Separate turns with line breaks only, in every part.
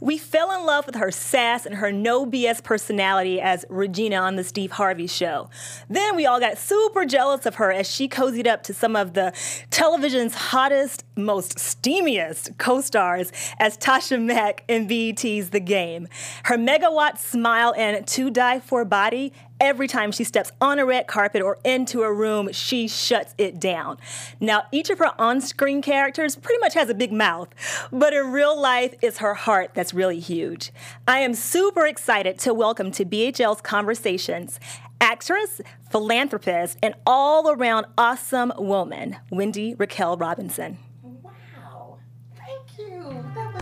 We fell in love with her sass and her no BS personality as Regina on The Steve Harvey Show. Then we all got super jealous of her as she cozied up to some of the television's hottest, most steamiest co stars as Tasha Mack in BET's The Game. Her megawatt smile and to die for body every time she steps on a red carpet or into a room, she shuts it down. Now, each of her on screen characters pretty much has a big mouth, but in real life, it's her heart that's really huge. I am super excited to welcome to BHL's Conversations actress, philanthropist, and all around awesome woman, Wendy Raquel Robinson.
Wow. Thank you. That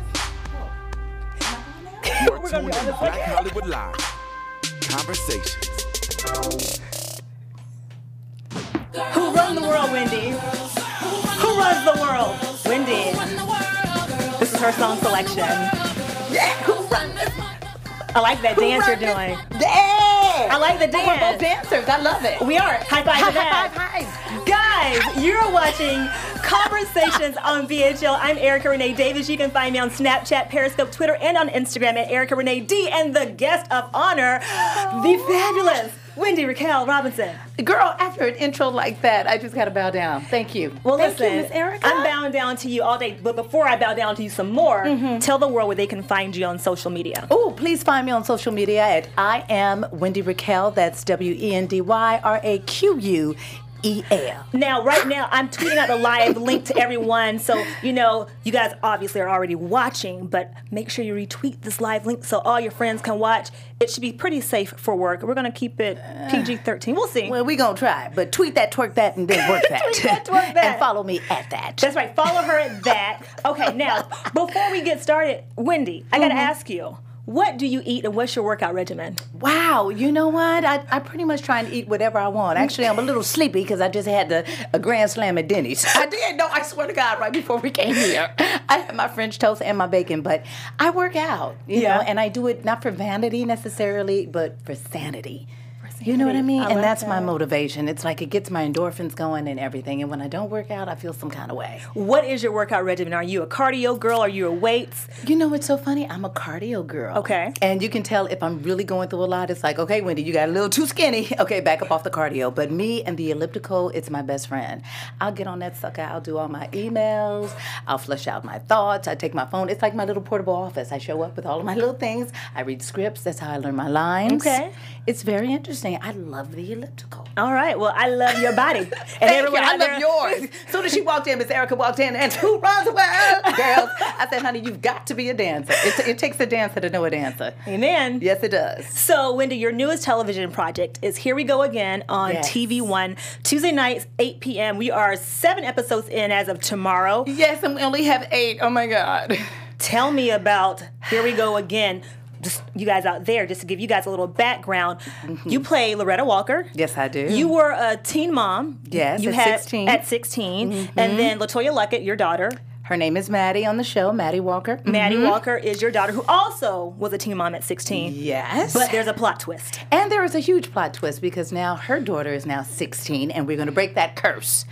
was. Oh. Am I on now?
We're gonna be
tuned
on
in
this
Black Hollywood Live. Conversations.
Who runs the world, Wendy? Who runs the world? Wendy. This is her song selection.
Yeah, who run this?
I like that dance you're
run this-
doing.
Yeah.
I like the
Oh, We're both
dance.
dancers. I love it.
We are. High five
High
to that.
five, high five.
Guys, you're watching Conversations on VHL. I'm Erica Renee Davis. You can find me on Snapchat, Periscope, Twitter, and on Instagram at Erica Renee D. And the guest of honor, the
Oh.
fabulous Wendy Raquel Robinson.
Girl, after an intro like that, I just got to bow down. Thank you.
Well,
Thank
listen,
you, Miss Erica.
I'm bowing down to you all day. But before I bow down to you some more,
Mm-hmm.
tell the world where they can find you on social media.
Oh, please find me on social media at I am Wendy Raquel. That's W E N D Y R A Q U E L.
Now, right now, I'm tweeting out the live link to everyone. So, you know, you guys obviously are already watching, but make sure you retweet this live link so all your friends can watch. It should be pretty safe for work. We're going to keep it PG 13. We'll see.
Well, we gonna try, but tweet that, twerk that, and then work that.
Tweet that, twerk that.
and follow me at that.
That's right. Follow her at that. Okay, now, before we get started, Wendy, I got
Mm-hmm.
to ask you what do you eat and what's your workout regimen?
Wow, you know what? I, I pretty much try and eat whatever I want. Actually, I'm a little sleepy because I just had a, a grand slam at Denny's. I did. No, I swear to God, right before we came here, I had my French toast and my bacon. But I work out, you
Yeah.
know, and I do it not for vanity necessarily, but for sanity. You know what I
sanity.
mean?
I
and
like
that's my
that.
motivation. It's like it gets my endorphins going and everything. And when I don't work out, I feel some kind of way.
What is your workout regimen? Are you a cardio girl? Are you a weights?
You know what's so funny? I'm a cardio girl.
Okay.
And you can tell if I'm really going through a lot. It's like, okay, Wendy, you got a little too skinny. Okay, back up off the cardio. But me and the elliptical, it's my best friend. I'll get on that sucker. I'll do all my emails. I'll flush out my thoughts. I take my phone. It's like my little portable office. I show up with all of my little things. I read scripts. That's how I learn my lines.
Okay.
It's very interesting. I love the elliptical.
All right. Well, I love your body. And
Thank
everyone
you. I
out there-
love yours. Soon as she walked in, Miss Erica walked in, and who runs the world? Girls, I said, honey, you've got to be a dancer. It, it takes a dancer to know a dancer.
Amen.
Yes, it does.
So, Wendy, your newest television project is Here We Go Again on
Yes.
TV One, Tuesday nights, 8 p.m. We are seven episodes in as of tomorrow.
Yes, and we only have eight. Oh my God.
Tell me about Here We Go Again. Just you guys out there, just to give you guys a little background,
Mm-hmm.
you play Loretta Walker.
Yes, I do.
You were a teen mom.
Yes,
you
at Mm-hmm.
had
16.
at 16, and then Latoya Luckett, your daughter.
Her name is Maddie on the show, Maddie Walker.
Maddie Walker is your daughter, who also was a teen mom at 16.
Yes.
But there's a plot twist.
And there is a huge plot twist because now her daughter is now 16 and we're going to break that curse.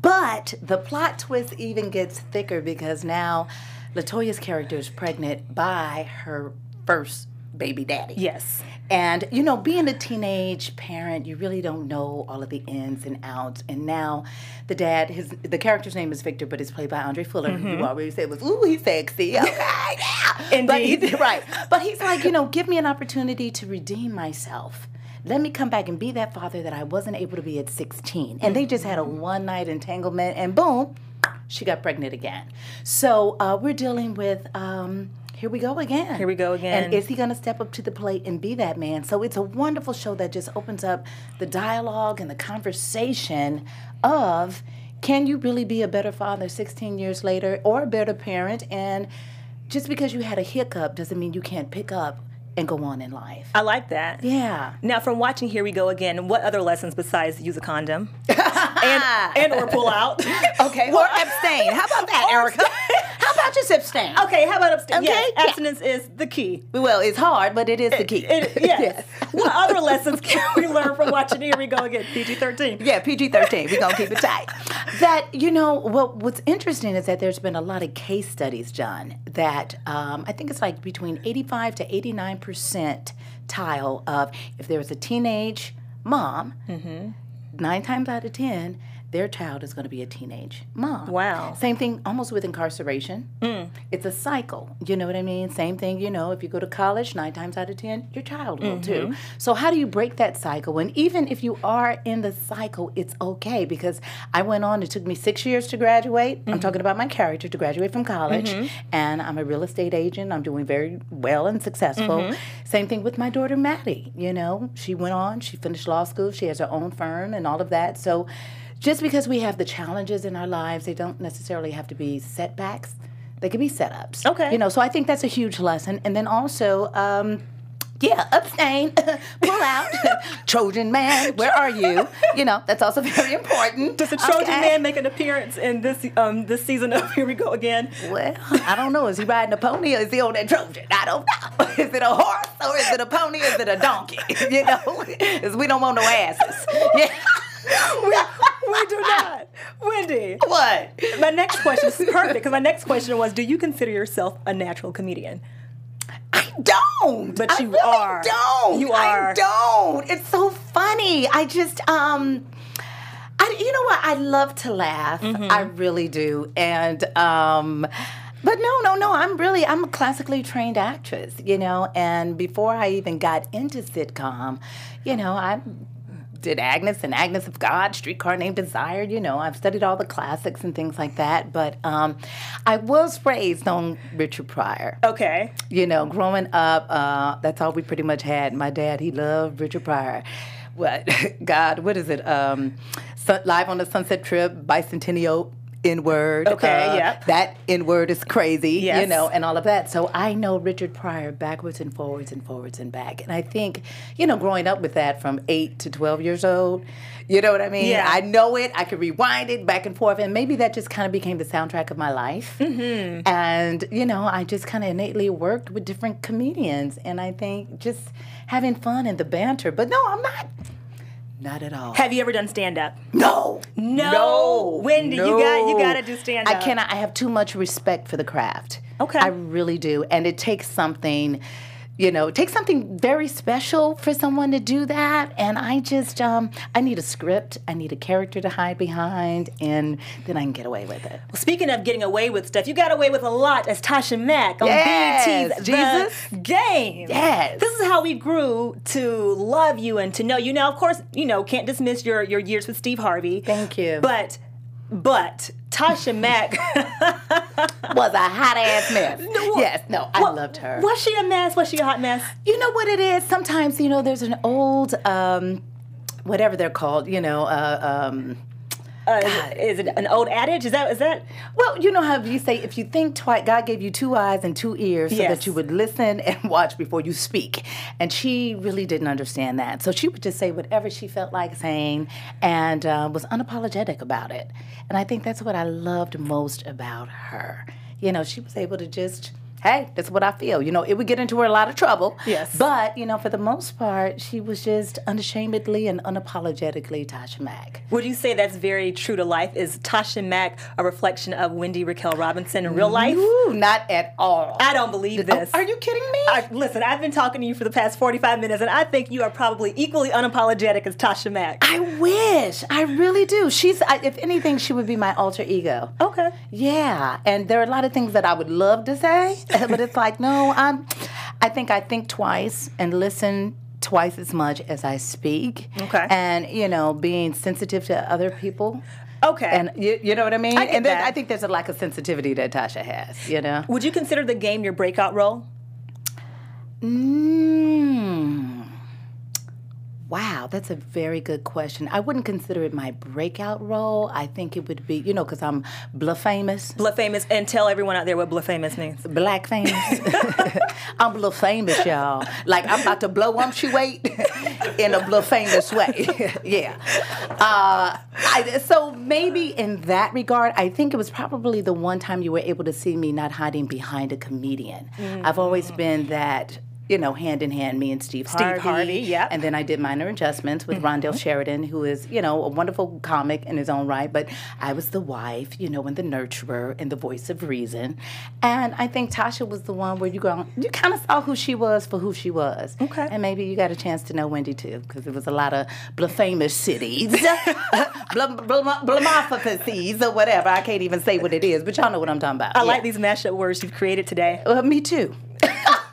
But the plot twist even gets thicker because now Latoya's character is pregnant by her first baby daddy.
Yes.
And you know, being a teenage parent, you really don't know all of the ins and outs. And now, the dad, his the character's name is Victor, but it's played by Andre Fuller, who you already said was, "Ooh, he's sexy." Okay, yeah. But
Indeed.
he's, right. But he's like, you know, give me an opportunity to redeem myself. Let me come back and be that father that I wasn't able to be at 16. And they just had a one night entanglement, and boom, she got pregnant again. So uh, we're dealing with. Um, here we go again.
Here we go again.
And is he going to step up to the plate and be that man? So it's a wonderful show that just opens up the dialogue and the conversation of can you really be a better father 16 years later or a better parent? And just because you had a hiccup doesn't mean you can't pick up and go on in life.
I like that.
Yeah.
Now, from watching Here We Go Again, what other lessons besides use a condom and, and or pull out?
Okay. Or abstain. How about that, Erica? How just abstain.
Okay, how about abstinence?
Okay,
Yes,
yeah.
abstinence is the key.
Well, it's hard, but it is the key.
It, yes. What other lessons can we learn from watching Here We Go Again, PG-13?
Yeah, PG thirteen. We're gonna keep it tight. That you know what? What's interesting is that there's been a lot of case studies, John. That um, I think it's like between eighty five to eighty nine percent tile of if there was a teenage mom, nine times out of ten. Their child is going to be a teenage mom.
Wow.
Same thing almost with incarceration. It's a cycle. You know what I mean? Same thing, you know, if you go to college, nine times out of 10, your child will too. So, how do you break that cycle? And even if you are in the cycle, it's okay because I went on, it took me six years to graduate. I'm talking about my character to graduate from college. And I'm a real estate agent. I'm doing very well and successful. Same thing with my daughter, Maddie. You know, she went on, she finished law school, she has her own firm and all of that. So, just because we have the challenges in our lives, they don't necessarily have to be setbacks. They can be setups.
Okay.
You know, so I think that's a huge lesson. And then also, um, yeah, abstain, pull out, Trojan man, where are you? You know, that's also very important.
Does the Trojan
Okay.
man make an appearance in this um, this season of Here We Go Again?
Well, I don't know. Is he riding a pony or is he on that Trojan? I don't know. Is it a horse or is it a pony? Is it a donkey? You know, 'Cause we don't want no asses. Yeah.
We do not. Wendy,
What?
my next question is perfect because my next question was Do you consider yourself a natural comedian?
don't.
But
I
you
really
are.
Don't.
You
I
are.
don't. It's so funny. I just um. I, you know what? I love to laugh.
Mm-hmm.
I really do. And um but no, no, no. I'm really I'm a classically trained actress, you know, and before I even got into sitcom, you know, I did Agnes and Agnes of God, Streetcar Named Desire, you know, I've studied all the classics and things like that, but um I was raised on Richard Pryor
Okay.
you know, growing up, uh, that's all we pretty much had. My dad, he loved Richard Pryor. What God, what is it? Um, Sun- Live on the Sunset Trip, Bicentennial. N word.
Okay, yep.
That N word is crazy, you
Yes.
know, and all of that. So I know Richard Pryor backwards and forwards and forwards and back. And I think, you know, growing up with that from eight to 12 years old, you know what I mean?
Yeah.
I know it. I could rewind it back and forth. And maybe that just kind of became the soundtrack of my life. And, you know, I just kind of innately worked with different comedians. And I think just having fun and the banter. But no, I'm not. Not at all.
Have you ever done stand up?
No.
No. Wendy, you got- you gotta do stand-up.
I cannot. I have too much respect for the craft.
Okay.
I really do. And it takes something, you know, it takes something very special for someone to do that. And I just, um, I need a script. I need a character to hide behind. And then I can get away with it.
Speaking of getting away with stuff, you got away with a lot as Tasha Mack on
Yes,
BET's The
Jesus.
Game.
Yes.
This is how we grew to love you and to know you. Now, of course, you know, can't dismiss your, your years with Steve Harvey.
Thank you.
But, but, Tasha Mack.
was a hot ass mess. yes, no, I
Wa-
loved her.
Was she a mess? Was she a hot mess?
You know what it is? Sometimes, you know, there's an old, um, whatever they're called, you know, uh, um,
Uh, is, it an old adage? Is that, is that?
well, you know how you say, if you think twice, God gave you two eyes and two ears so
Yes.
that you would listen and watch before you speak. And she really didn't understand that. So she would just say whatever she felt like saying and uh, was unapologetic about it. And I think that's what I loved most about her. You know, she was able to just, hey, that's what I feel. You know, it would get into her a lot of trouble.
Yes.
But, you know, for the most part, she was just unashamedly and unapologetically Tasha Mack.
Would you say that's very true to life? Is Tasha Mack a reflection of Wendy Raquel Robinson in real life?
Ooh, not at all.
I don't believe this.
Are you kidding me?
I- listen, I've been talking to you for the past 45 minutes, and I think you are probably equally unapologetic as Tasha Mack.
I wish. I really do. She's, I, if anything, she would be my alter ego.
Okay.
Yeah, and there are a lot of things that I would love to say, but it's like, no, I'm. I think I think twice and listen twice as much as I speak.
Okay.
And you know, being sensitive to other people.
Okay.
And you, you know what I mean?
I get
and then
that.
I think there's a lack of sensitivity that Tasha has. You know.
Would you consider the game your breakout role?
Mm. Hmm. Wow, that's a very good question. I wouldn't consider it my breakout role. I think it would be, you know, because I'm bluff famous,
Bluff famous, and tell everyone out there what bluff famous means.
black famous. I'm bluff famous, y'all. Like I'm about to blow umptuate in a bluff famous way. yeah. Uh, I, so maybe in that regard, I think it was probably the one time you were able to see me not hiding behind a comedian. I've always
Mm.
been that. You know, hand in hand, me and Steve Harvey.
Harvey, yep.
And then I did minor adjustments with
Mm-hmm.
Rondell Sheridan, who is, you know, a wonderful comic in his own right. But I was the wife, you know, and the nurturer and the voice of reason. And I think Tasha was the one where you go, you kind of saw who she was for who she was.
Okay.
And maybe you got a chance to know Wendy too, because there was a lot of bluffamous cities, blamophacies or whatever. I can't even say what it is, but y'all know what I'm talking about.
I like these mashup words you've created today.
Well, me too.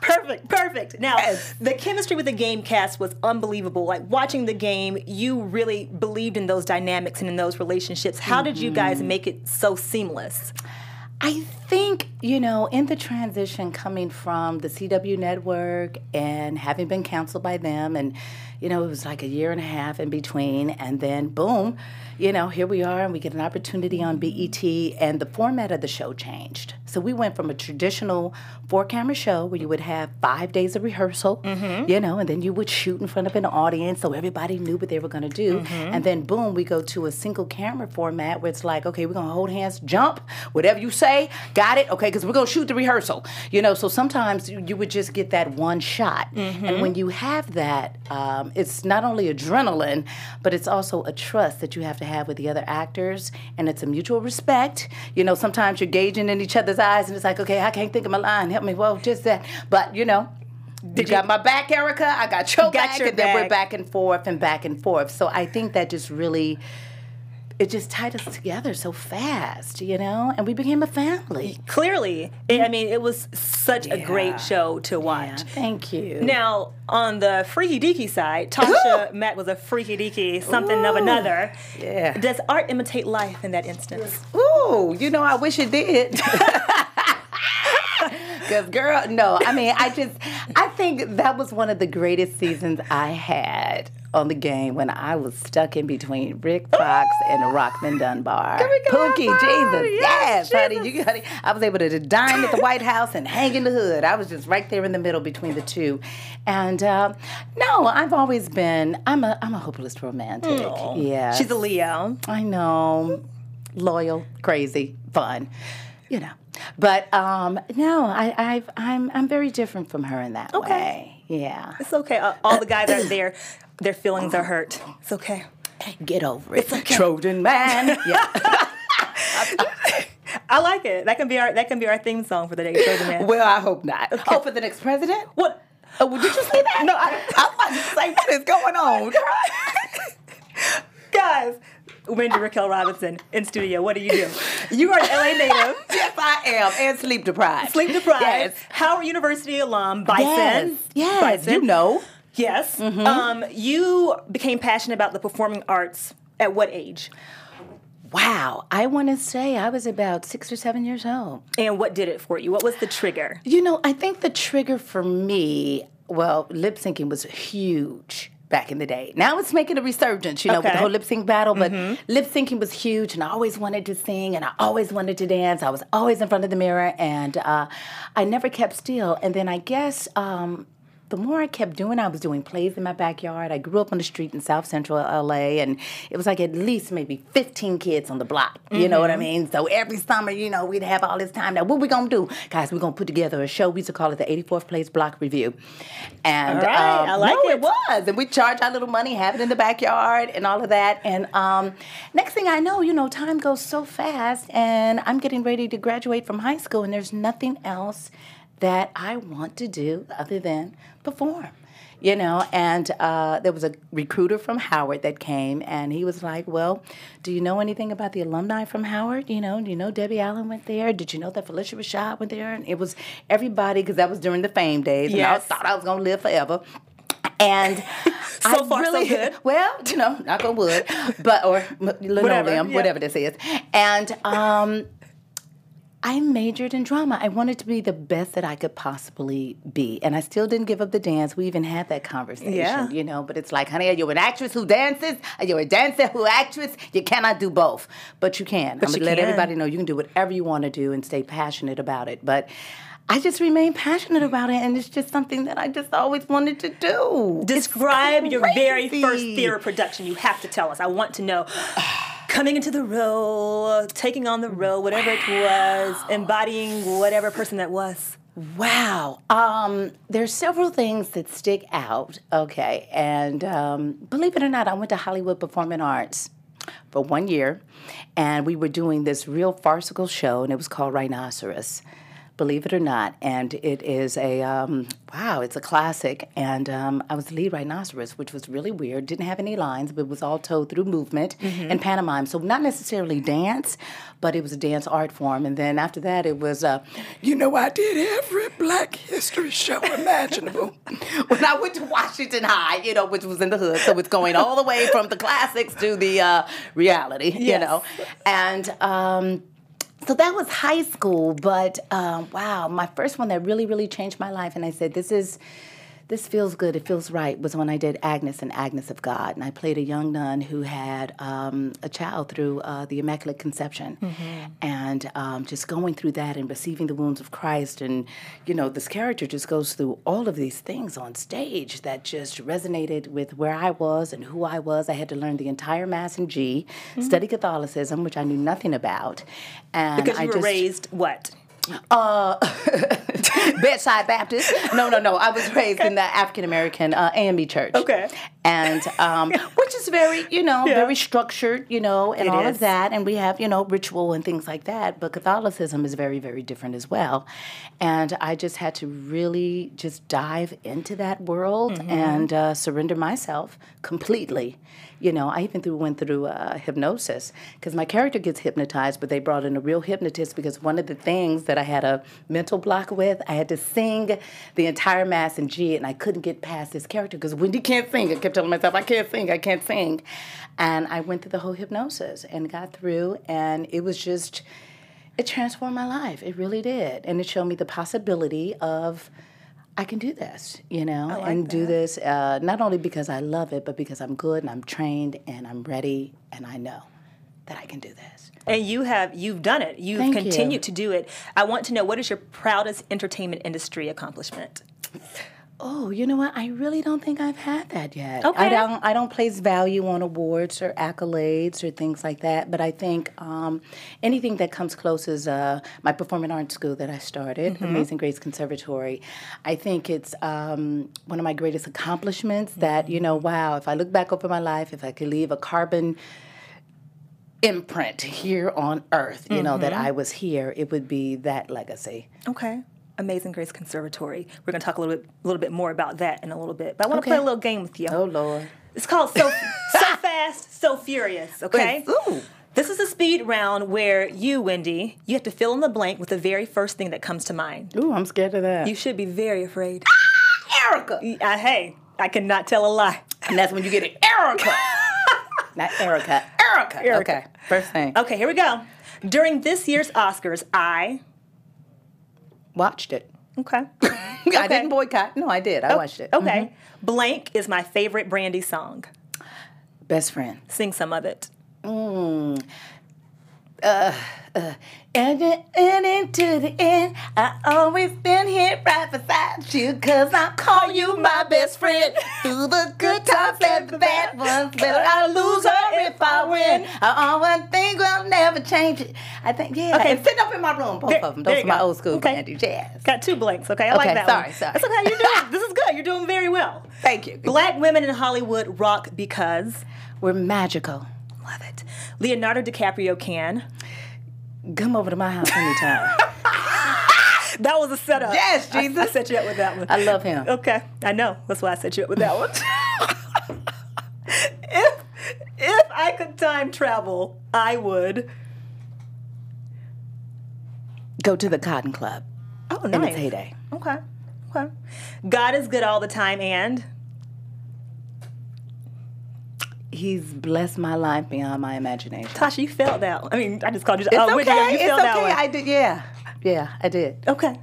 Perfect, perfect. Now,
Ah, Yes.
the chemistry with the game cast was unbelievable. Like watching the game, you really believed in those dynamics and in those relationships. How did you guys
Mm-hmm.
make it so seamless?
I think, you know, in the transition coming from the CW network and having been counseled by them, and, you know, it was like a year and a half in between, and then boom, you know, here we are, and we get an opportunity on BET, and the format of the show changed. So we went from a traditional four camera show where you would have five days of rehearsal, you know, and then you would shoot in front of an audience so everybody knew what they were going to do. And then boom, we go to a single camera format where it's like, okay, we're going to hold hands, jump, whatever you say, got it, okay, because we're going to shoot the rehearsal, you know. So sometimes you, you would just get that one shot. And when you have that, um, it's not only adrenaline, but it's also a trust that you have to have with the other actors, and it's a mutual respect. You know, sometimes you're gauging in each other's eyes, and it's like, okay, I can't think of my line, help me, well, just that. But, you know, you got my back, Erica. I got your
Got
back,
your
and then we're
back.
back and forth and back and forth. So I think that just really, it just tied us together so fast, you know, and we became a family.
Clearly, it, I mean, it was such a
Yeah.
great show to watch.
Thank you.
Now, on the freaky deaky side, Tasha Matt was a freaky deaky, something of
Ooh.
another.
Yeah.
Does art imitate life in that instance?
Ooh, you know, I wish it did. Cause girl, no, I mean, I just, I think that was one of the greatest seasons I had on the game when I was stuck in between Rick Fox and Rockman Dunbar.
we go,
Pookie,
Dunbar?
Jesus,
Yes,
yes, honey, you honey, I was able to just dine at the White House and hang in the hood. I was just right there in the middle between the two, and uh, no, I've always been, I'm a, I'm a hopeless romantic. Yeah,
She's a Leo.
I know. Loyal, crazy, fun, you know. But um, no, I, I've, I'm I'm very different from her in that
Okay.
way. Yeah,
It's okay. Uh, all the guys out there, their feelings are hurt. It's okay.
get over it. Trojan man. yeah.
I like it. That can be our that can be our theme song for the day. Show the man.
Well, I hope not. Oh, for the next president?
What?
Oh, well, did you say that? Oh no, I, I'm about to say what is going on. girl?
Guys, Wendy Raquel Robinson in studio. What do you do? You are an LA native,
yes, I am, and sleep deprived.
sleep deprived,
Yes.
Howard University alum, Bison.
Yes. Yes.
Bison.
You know.
Yes.
Mm-hmm.
Um, you became passionate about the performing arts at what age?
Wow, I want to say I was about six or seven years old.
And what did it for you? What was the trigger?
You know, I think the trigger for me, well, lip syncing was huge back in the day. Now it's making a resurgence, you know, with
Okay.
the whole lip sync battle, but
Mm-hmm.
lip syncing was huge, and I always wanted to sing, and I always wanted to dance. I was always in front of the mirror, and uh, I never kept still. And then I guess. Um, the more I kept doing, I was doing plays in my backyard. I grew up on the street in South Central LA, and it was like at least maybe 15 kids on the block. You know what I
Mm-hmm.
mean? So every summer, you know, we'd have all this time. Now, what we gonna do, guys? We're gonna put together a show. We used to call it the 84th Place Block Review, and
All right,
um,
I like
no,
it.
it was. And we charge our little money, have it in the backyard, and all of that. And um, next thing I know, you know, time goes so fast, and I'm getting ready to graduate from high school, and there's nothing else that I want to do other than perform. You know, and uh, there was a recruiter from Howard that came, and he was like, "Well, do you know anything about the alumni from Howard? You know, do you know Debbie Allen went there? Did you know that Felicia Rashad went there?" And it was everybody because that was during the fame days, and I
Yes.
thought I was gonna live forever. And
So
I
far, so
really,
good.
Well, you know, knock on wood, but or m- linoleum,
yeah.
whatever this is. And um, I majored in drama. I wanted to be the best that I could possibly be. And I still didn't give up the dance. We even had that conversation,
Yeah.
you know. But it's like, honey, are you an actress who dances? Are you a dancer who actress? You cannot do both. But you can. I'm
you
gonna let
can.
everybody know you can do whatever you want to do and stay passionate about it. But I just remain passionate about it, and it's just something that I just always wanted to do.
Describe your very first
crazy.
theater production. You have to tell us. I want to know. Coming into the role, taking on the role, whatever it was, embodying whatever person that was.
Wow. Um, there's several things that stick out. Okay. And um, believe it or not, I went to Hollywood Performing Arts for one year, and we were doing this real farcical show, and it was called Rhinoceros. Believe it or not, and it is a um, wow, it's a classic. And um, I was the lead rhinoceros, which was really weird. Didn't have any lines, but it was all told through movement and pantomime. So not necessarily dance, but it was a dance art form. And then after that, it was uh, you know I did every Black History show imaginable. when I went to Washington High, you know, which was in the hood, so it's going all the way from the classics to the uh, reality, you
Yes.
know, and. Um, so that was high school, but um, wow, my first one that really, really changed my life. And I said, this is, this feels good, it feels right, was when I did Agnes and Agnes of God. And I played a young nun who had um, a child through uh, the Immaculate Conception. And um, just going through that and receiving the wounds of Christ. And, you know, this character just goes through all of these things on stage that just resonated with where I was and who I was. I had to learn the entire Mass in G,
Mm-hmm.
study Catholicism, which I knew nothing about. And
Because you
I
were
just,
raised what?
bedside Baptist. No, no, no. I was raised in the African American uh, AME church.
Okay.
And um, which is very, you know,
Yeah.
very structured, you know, and
It
all
is.
of that. And we have, you know, ritual and things like that. But Catholicism is very, very different as well. And I just had to really just dive into that world
Mm-hmm.
and uh, surrender myself completely. You know, I even through, went through uh, hypnosis because my character gets hypnotized, but they brought in a real hypnotist because one of the things that I had a mental block with, I had to sing the entire Mass in G, and I couldn't get past this character because Wendy can't sing. I kept telling myself, I can't sing, I can't sing. And I went through the whole hypnosis and got through, and it was just, it transformed my life. It really did. And it showed me the possibility of, I can do this, you know, and do this uh, not only because I love it, but because I'm good and I'm trained and I'm ready and I know that I can do this.
And you have you've done it. You've
Thank you.
continued to do it. I want to know what is your proudest entertainment industry accomplishment?
Oh, you know what? I really don't think I've had that yet.
Okay.
I don't I don't place value on awards or accolades or things like that, but I think um, anything that comes close is uh, my performing arts school that I started, Amazing Grace Conservatory. I think it's um, one of my greatest accomplishments that, you know, wow, if I look back over my life, if I could leave a carbon imprint here on earth, you know, that I was here, it would be that legacy.
Okay. Amazing Grace Conservatory. We're going to talk a little bit, little bit more about that in a little bit. But I want
Okay.
to play a little game with you.
Oh, Lord.
It's called So So Fast, So Furious, okay?
Ooh.
This is a speed round where you, Wendy, you have to fill in the blank with the very first thing that comes to mind.
Ooh, I'm scared of that.
You should be very afraid.
Erica!
I, hey, I cannot tell a lie.
And that's when you get it, Erica. Not Erica, Erica. Okay, first thing.
Okay, here we go. During this year's Oscars, I
Watched it.
okay.
I didn't boycott. No, I did. I watched it. Oh.
Okay.
Mm-hmm.
Blank is my favorite Brandy song.
Best friend.
Sing some of it.
And, it- and into the end, I always been here right beside you, cause I call you my best friend. Through the good times and the bad ones, whether I lose or if I win, I always think I'll never change it. I think,
Okay.
yeah. Okay, and sitting up in my room, both
There-
of them.
there
Those
you
are my
go.
old school
Okay.
Brandy jazz.
Got two blanks. Okay, I like
Okay,
that
sorry,
one.
sorry.
That's okay. You're doing this is good. You're doing very well.
Thank you.
Black women in Hollywood rock because
We're magical.
love it. Leonardo DiCaprio can.
Come over to my house anytime.
That was a setup.
Yes,
I- I,
Jesus.
set you up with that one.
I love him.
Okay, I know. That's why I set you up with that one. if if I could time travel, I would.
Go to the Cotton Club
Oh, nice.
in its heyday.
Okay. Okay. God is good all the time and
He he's blessed my life beyond my imagination.
Tasha, you failed that. one. I mean, I just called you.
It's
oh,
okay.
Whitney, you
it's
failed
okay.
that one.
I did. Yeah, yeah, I did.
Okay.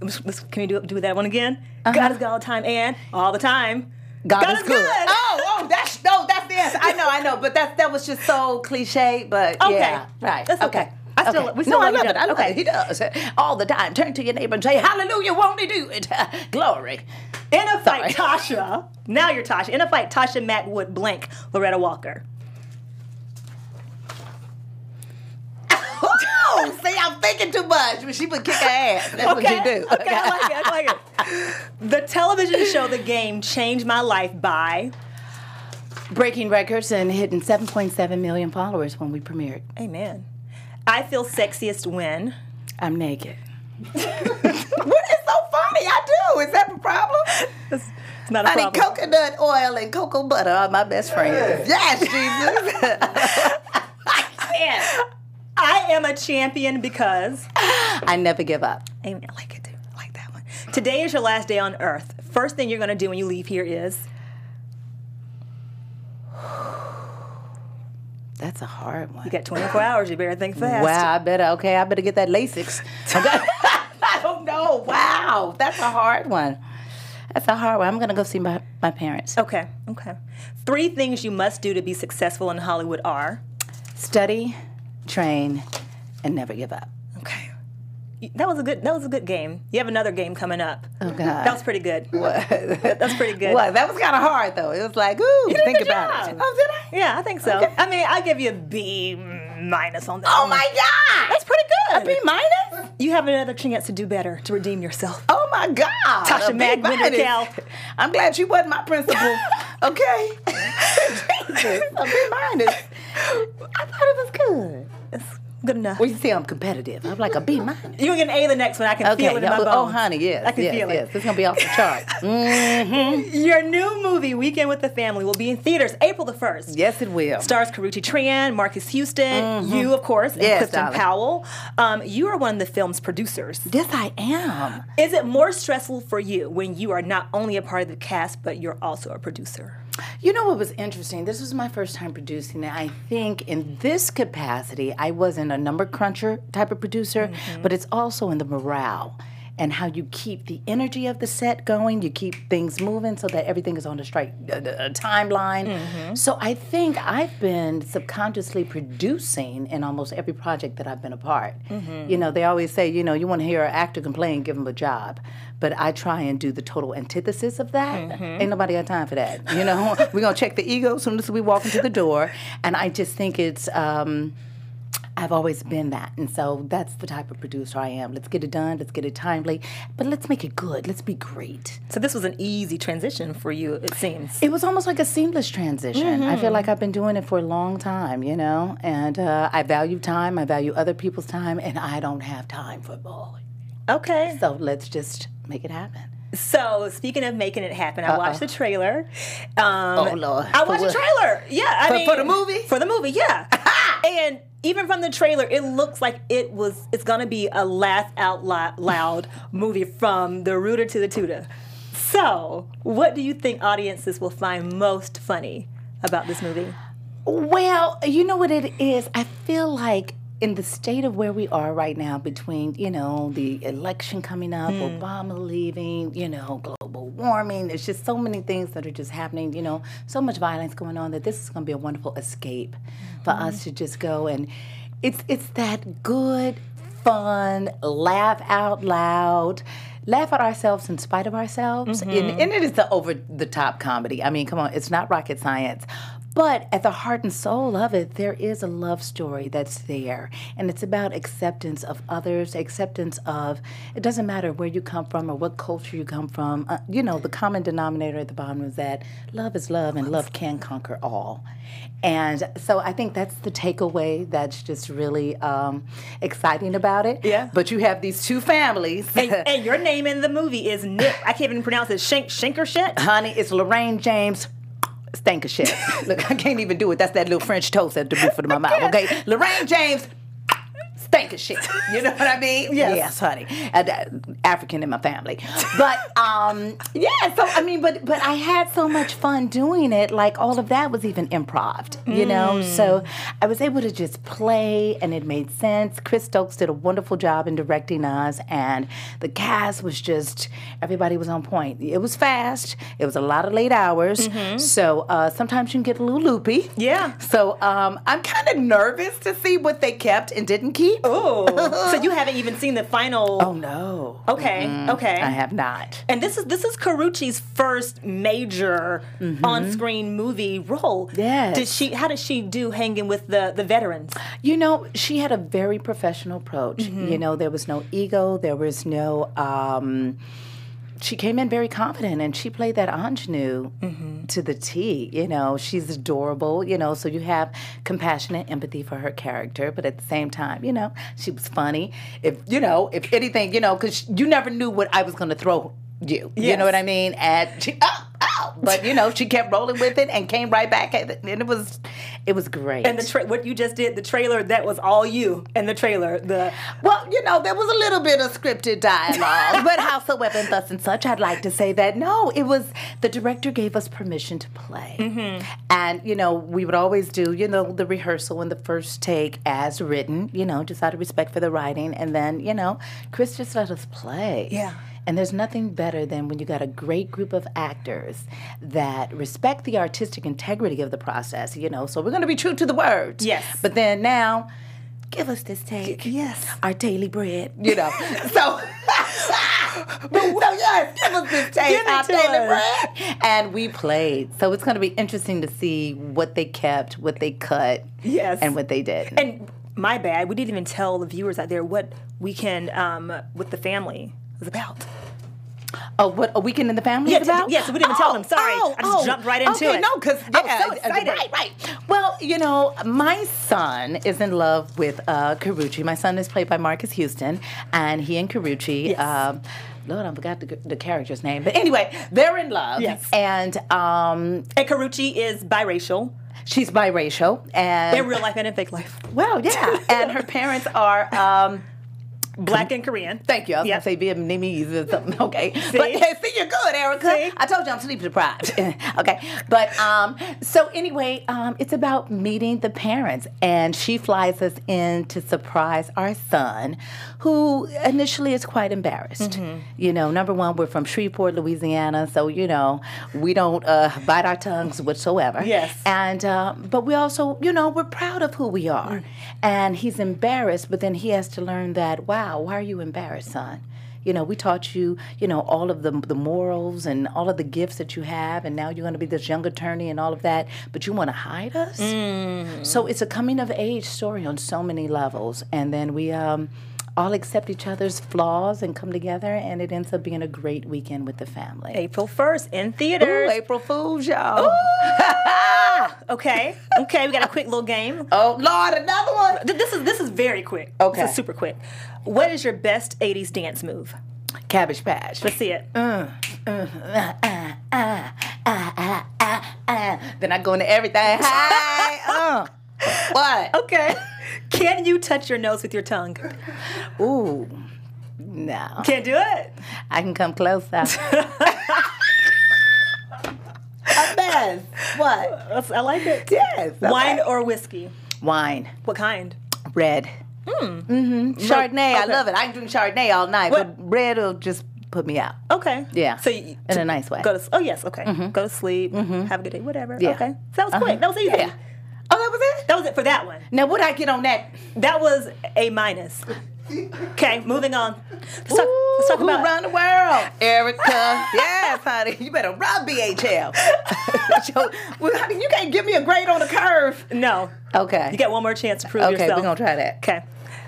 Let's- let's- Can we do, do that one again? God is good all the time and all the time.
Uh-huh. God,
is good.
Oh, oh, that's no, that's the answer. I know, I know, but that that was just so cliche. But
Okay.
yeah, right.
That's okay. I still- we still
no, I
love
love
each
it. I
other.
love
Okay.
it. He does all the time. Turn to your neighbor and say, "Hallelujah, won't he do it? Glory."
In a fight, Tasha. Now you're Tasha. In a fight, Tasha Mack Wood blank Loretta Walker.
Oh, see, I'm thinking too much. But she would kick her ass. That's
okay.
what you do.
Okay, I like it. I like it. The television show The Game changed my life by.
Breaking records and hitting 7.7 million followers when we premiered.
Amen. I feel sexiest when.
I'm naked. what is so funny? I do. Is that a problem?
It's, it's not a
Honey,
problem.
coconut oil and cocoa butter are my best friends. Yes, Jesus.
And I am a champion because.
I never give up.
Amen. I like it too. I like that one. Today is your last day on earth. First thing you're going to do when you leave here is.
That's a hard one.
You got 24 hours. You better think fast.
Wow, I better okay, I better get that LASIX. I don't know. Wow. That's a hard one. That's a hard one. I'm gonna go see my, my parents.
Okay, okay. Three things you must do to be successful in Hollywood are.
Study, train, and never give up.
Okay. That was a good. That was a good game. You have another game coming up.
Oh God.
That was pretty good. That's pretty good.
What? That was kinda hard though. It was like, ooh,
did a
think
good
about
job.
it. Oh, did I?
Yeah, I think so. I mean, I give you a B minus on that.
Oh
one.
my God.
That's pretty good.
A B minus?
You have another chance to do better, to redeem yourself.
Oh my God.
Tasha
A
Mack,
big
Wendy
body.
Cal.
I'm glad she wasn't my principal. okay. Jesus, a big minus. I thought it was good.
That's good enough.
Well, you see, I'm competitive. I'm like a B minus.
you can get an A the next one. I can
Okay.
feel it in
yeah,
my bones.
but- oh, honey, yes.
I can
yes,
feel
yes.
it.
It's gonna be off the chart. Mhm.
Your new movie, Weekend with the Family, will be in theaters April the first.
Yes, it will.
Stars Karuchi Tran, Marcus Houston, you, of course, and
Mm-hmm. Yes,
Clifton
darling.
Powell. Um, you are one of the film's producers.
Yes, I am.
Is it more stressful for you when you are not only a part of the cast, but you're also a producer?
You know what was interesting? This was my first time producing, and I think in this capacity, I wasn't a number cruncher type of producer, but it's also in the morale and how you keep the energy of the set going, you keep things moving so that everything is on the straight uh, uh, timeline. So I think I've been subconsciously producing in almost every project that I've been a part. You know, they always say, you know, you want to hear an actor complain, give him a job. But I try and do the total antithesis of that. Ain't nobody got time for that. You know, we're going to check the ego as soon as we walk into the door. And I just think it's, um, I've always been that. And so that's the type of producer I am. Let's get it done, let's get it timely, but let's make it good, let's be great.
So this was an easy transition for you, it seems.
It was almost like a seamless transition. I feel like I've been doing it for a long time, you know? And uh, I value time, I value other people's time, and I don't have time for ball.
Okay.
So let's just make it happen.
So speaking of making it happen, I watched the trailer. Um,
Oh, Lord.
I
For
watched the
what?
trailer. Yeah, I
For-
mean,
for the movie?
For the movie, yeah. and even from the trailer, it looks like it was. It's gonna be a laugh out loud, loud movie from the rooter to the tutor. So, what do you think audiences will find most funny about this movie?
Well, you know what it is? I feel like in the state of where we are right now, between, you know, the election coming up, Obama leaving, you know, global warming, there's just so many things that are just happening, you know, so much violence going on that this is going to be a wonderful escape for us to just go and it's it's that good fun, laugh out loud, laugh at ourselves in spite of ourselves. And, and it is the over the top comedy. I mean, come on, it's not rocket science. But at the heart and soul of it, there is a love story that's there. And it's about acceptance of others, acceptance of, it doesn't matter where you come from or what culture you come from. Uh, you know, the common denominator at the bottom is that love is love and love can conquer all. And so I think that's the takeaway that's just really um, exciting about it.
Yeah.
But you have these two families.
And, and your name in the movie is Nick. I can't even pronounce it. Shank Shankershit.
Honey, it's Lorraine James. Stank of shit. Look, I can't even do it. That's that little French toast at the roof of my mouth. Okay, Lorraine James. stank of shit. You know what I mean? yes, honey. And, uh, African in my family, but um, yeah. So I mean, but but I had so much fun doing it. Like all of that was even improv. You know, so I was able to just play, and it made sense. Chris Stokes did a wonderful job in directing us, and the cast was just everybody was on point. It was fast. It was a lot of late hours. So uh, sometimes you can get a little loopy.
Yeah.
So um, I'm kind of nervous to see what they kept and didn't keep.
Oh, so you haven't even seen the final?
Oh no.
okay, okay.
I have not.
And this is this is Carucci's first major on-screen movie role.
Mm-hmm. Yes.
Did she? How did she do hanging with the the veterans?
You know, she had a very professional approach.
Mm-hmm.
You know, there was no ego, there was no. Um, she came in very confident and she played that ingenue
Mm-hmm.
to the T. You know, she's adorable, you know, so you have compassion and empathy for her character, but at the same time, you know, she was funny. If, you know, if anything, you know, because you never knew what I was going to throw you. You
Yes.
know what I mean? And she, oh, oh, but you know, she kept rolling with it and came right back at it. And it was, it was great.
And the tra- what you just did, the trailer that was all you and the trailer. The
Well, you know, there was a little bit of scripted dialogue, but howsoever and thus and such, I'd like to say that no, it was the director gave us permission to play, and you know, we would always do you know the rehearsal and the first take as written, you know, just out of respect for the writing, and then you know, Chris just let us play.
Yeah.
And there's nothing better than when you got a great group of actors that respect the artistic integrity of the process, you know. So we're going to be true to the words.
Yes.
But then now, give us this take
yes.
our daily bread, you know. so, so yes, give us this
Give
taste,
it
our
to
daily
us.
bread. And we played. So it's going to be interesting to see what they kept, what they cut,
Yes.
and what they did.
And my bad, we didn't even tell the viewers out there what Weekend um, with the Family was about.
oh, what a weekend in the family
Yeah,
is about? Oh,
t- yes, we didn't tell them. Sorry. I just jumped right into
okay,
it.
No, because
I was so excited.
Right, right. Well, you know, my son is in love with uh, Carucci. My son is played by Marcus Houston, and he and Carucci.
Yes.
Um, Lord, I forgot the, the character's name, but anyway, they're in love.
Yes.
And um,
And Carucci is biracial
she's biracial, and
in real life and in fake life,
well, yeah, and her parents are. Um,
black and Korean.
Thank you. I was
Yep.
gonna say Vietnamese or something. Okay, but hey, see, you're good, Erica.
See?
I told you I'm sleep deprived. okay, but um, so anyway, um, it's about meeting the parents, and she flies us in to surprise our son, who initially is quite embarrassed.
Mm-hmm.
You know, number one, we're from Shreveport, Louisiana, so you know we don't uh, bite our tongues whatsoever.
Yes.
And uh, but we also, you know, we're proud of who we are. And he's embarrassed, but then he has to learn that, wow, why are you embarrassed, son? You know, we taught you, you know, all of the the morals and all of the gifts that you have, and now you're going to be this young attorney and all of that, but you want to hide us. So it's a coming of age story on so many levels, and then we. Um, all accept each other's flaws and come together, and it ends up being a great weekend with the family.
April 1st in
Ooh,
theaters.
April Fool's, y'all.
okay. Okay, we got a quick little game.
Oh, Lord, another one.
Th- This is this is very quick.
Okay.
This is super quick. What is your best 80s dance move?
Cabbage Patch.
Let's see it.
Uh. Then I go into everything. Hi. uh. What?
Okay. Can you touch your nose with your tongue?
Ooh. No.
Can't do it.
I can come close though. A mess. What?
That's- I like it.
Yes. okay.
Wine or whiskey?
Wine.
What kind?
Red. Mm. hmm Chardonnay. I
okay.
love it. I can drink Chardonnay all night,
What-
but red will just put me out.
Okay.
Yeah.
So you,
In a nice way. Mm-hmm.
Go to s- oh yes okay. Go to sleep. Have a good day. Whatever.
Yeah. Uh-huh.
Okay. So that was quick. That was easy.
Yeah. Oh, that was it?
That was it for that one.
Now, what I get on that?
That was a minus. Okay, moving on. Let's talk, let's talk
Ooh,
about
around the world, Erica. yes, honey, you better run BHL. so, well, honey, you can't give me a grade on the curve.
no.
Okay.
You got one more chance to prove
okay,
yourself.
we're gonna try that.
Okay.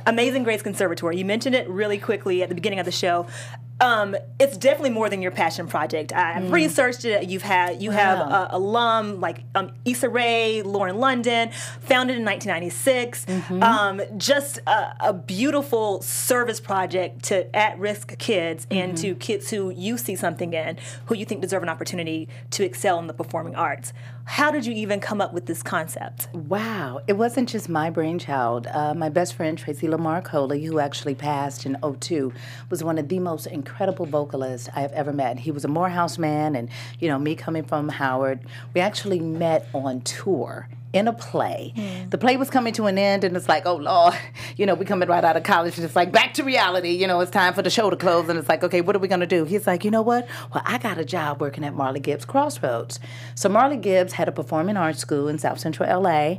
Amazing Grace Conservatory. You mentioned it really quickly at the beginning of the show. Um, it's definitely more than your passion project. I- I've researched it. You've had you have
Wow.
uh, alum like um, Issa Rae, Lauren London, founded in 1996. Um, just a, a beautiful service project to at-risk kids and to kids who you see something in, who you think deserve an opportunity to excel in the performing arts. How did you even come up with this concept?
Wow. It wasn't just my brainchild. Uh, my best friend, Tracy Lamar Coley, who actually passed in 02, was one of the most incredible vocalists I have ever met. He was a Morehouse man, and, you know, me coming from Howard, we actually met on tour in a play. The play was coming to an end, and it's like, oh, Lord, you know, we coming right out of college, and it's like, back to reality. You know, it's time for the show to close, and it's like, okay, what are we going to do? He's like, you know what? Well, I got a job working at Marley Gibbs Crossroads. So Marley Gibbs had a performing arts school in South Central LA.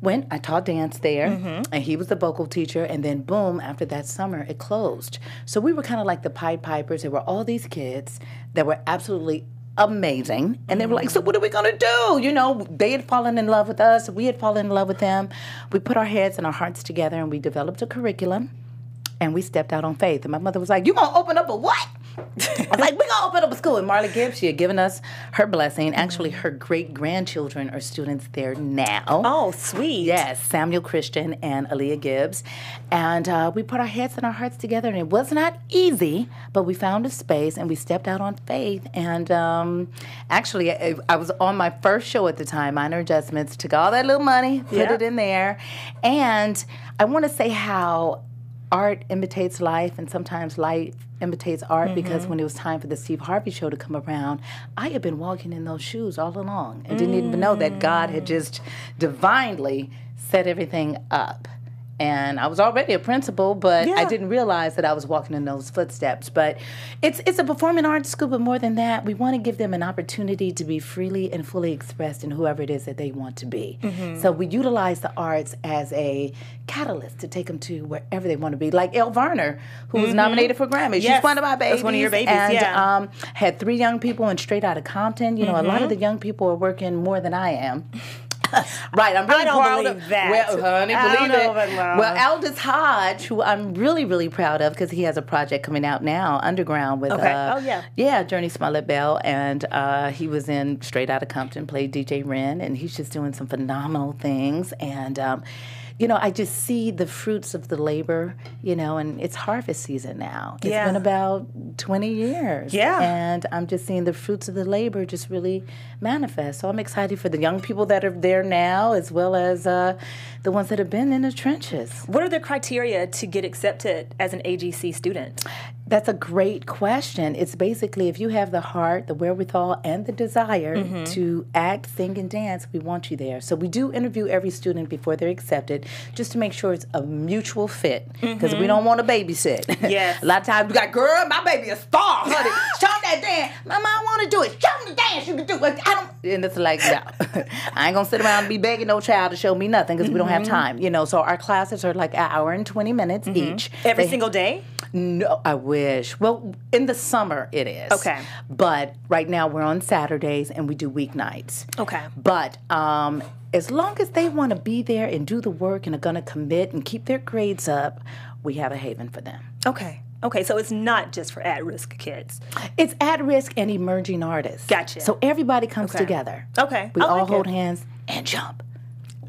Went, I taught dance there, and he was the vocal teacher. And then, boom, after that summer, it closed. So we were kind of like the Pied Pipers. There were all these kids that were absolutely amazing. And they were like, So what are we gonna do? You know, they had fallen in love with us, we had fallen in love with them. We put our heads and our hearts together and we developed a curriculum and we stepped out on faith. And my mother was like, You gonna open up a what? I was like, We're gonna open up a school. And Marla Gibbs, she had given us her blessing. Actually, her great grandchildren are students there now.
Oh, sweet.
Yes, Samuel Christian and Aaliyah Gibbs. And uh, we put our heads and our hearts together, and it was not easy, but we found a space and we stepped out on faith. And um, actually, I, I was on my first show at the time, Minor Adjustments, took all that little money, put
Yeah.
it in there. And I want to say how art imitates life, and sometimes life imitates art because when it was time for the Steve Harvey show to come around, I had been walking in those shoes all along and didn't even know that God had just divinely set everything up. And I was already a principal, but I
Yeah.
didn't realize that I was walking in those footsteps. But it's it's a performing arts school, but more than that, we want to give them an opportunity to be freely and fully expressed in whoever it is that they want to be.
Mm-hmm.
So we utilize the arts as a catalyst to take them to wherever they want to be. Like Elle Varner, who was nominated for Grammy.
Mm-hmm. Yes,
She's one of my babies.
that's one of your babies,
And,
yeah.
um, had three young people and straight out of Compton. You know, a lot of the
Mm-hmm.
young people are working more than I am. right, I'm really
I don't
proud
believe
of
that.
Well, honey,
I don't
believe
know
it.
about that.
Well, Aldous Hodge, who I'm really, really proud of because he has a project coming out now, Underground, with
Okay.
uh,
Oh, yeah.
yeah, Journey Smollett Bell, and uh, he was in Straight Outta Compton, played DJ Ren, and he's just doing some phenomenal things. And um, you know, I just see the fruits of the labor. You know, and it's harvest season now. It's
Yeah.
been about twenty years.
Yeah.
and I'm just seeing the fruits of the labor just really manifest. So I'm excited for the young people that are there now, as well as uh, the ones that have been in the trenches.
What are the criteria to get accepted as an AGC student?
That's a great question. It's basically if you have the heart, the wherewithal, and the desire to act, sing, and dance, we want you there. So we do interview every student before they're accepted just to make sure it's a mutual fit because we don't want to babysit.
Yes.
a lot of times we got, girl, my baby a star, honey. Show 'em that dance. Mama, I want to do it. Show 'em the dance you can do. Like, I don't. And it's like, no, I ain't going to sit around and be begging no child to show me nothing because we don't have time, you know. So our classes are like an hour and 20 minutes each.
Every
They-
single day?
no, I wish. Well, in the summer it is.
Okay.
But right now we're on Saturdays and we do weeknights.
Okay.
But um, as long as they want to be there and do the work and are going to commit and keep their grades up, we have a haven for them.
Okay. Okay, so it's not just for at risk kids.
It's at risk and emerging artists.
Gotcha.
So everybody comes
Okay.
together.
Okay.
We
I
all
like
hold
it.
hands and jump.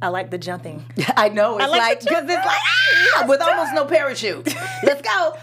I like the jumping.
I know it's
like
like
the
because it's like ah, with almost no parachute. Let's go.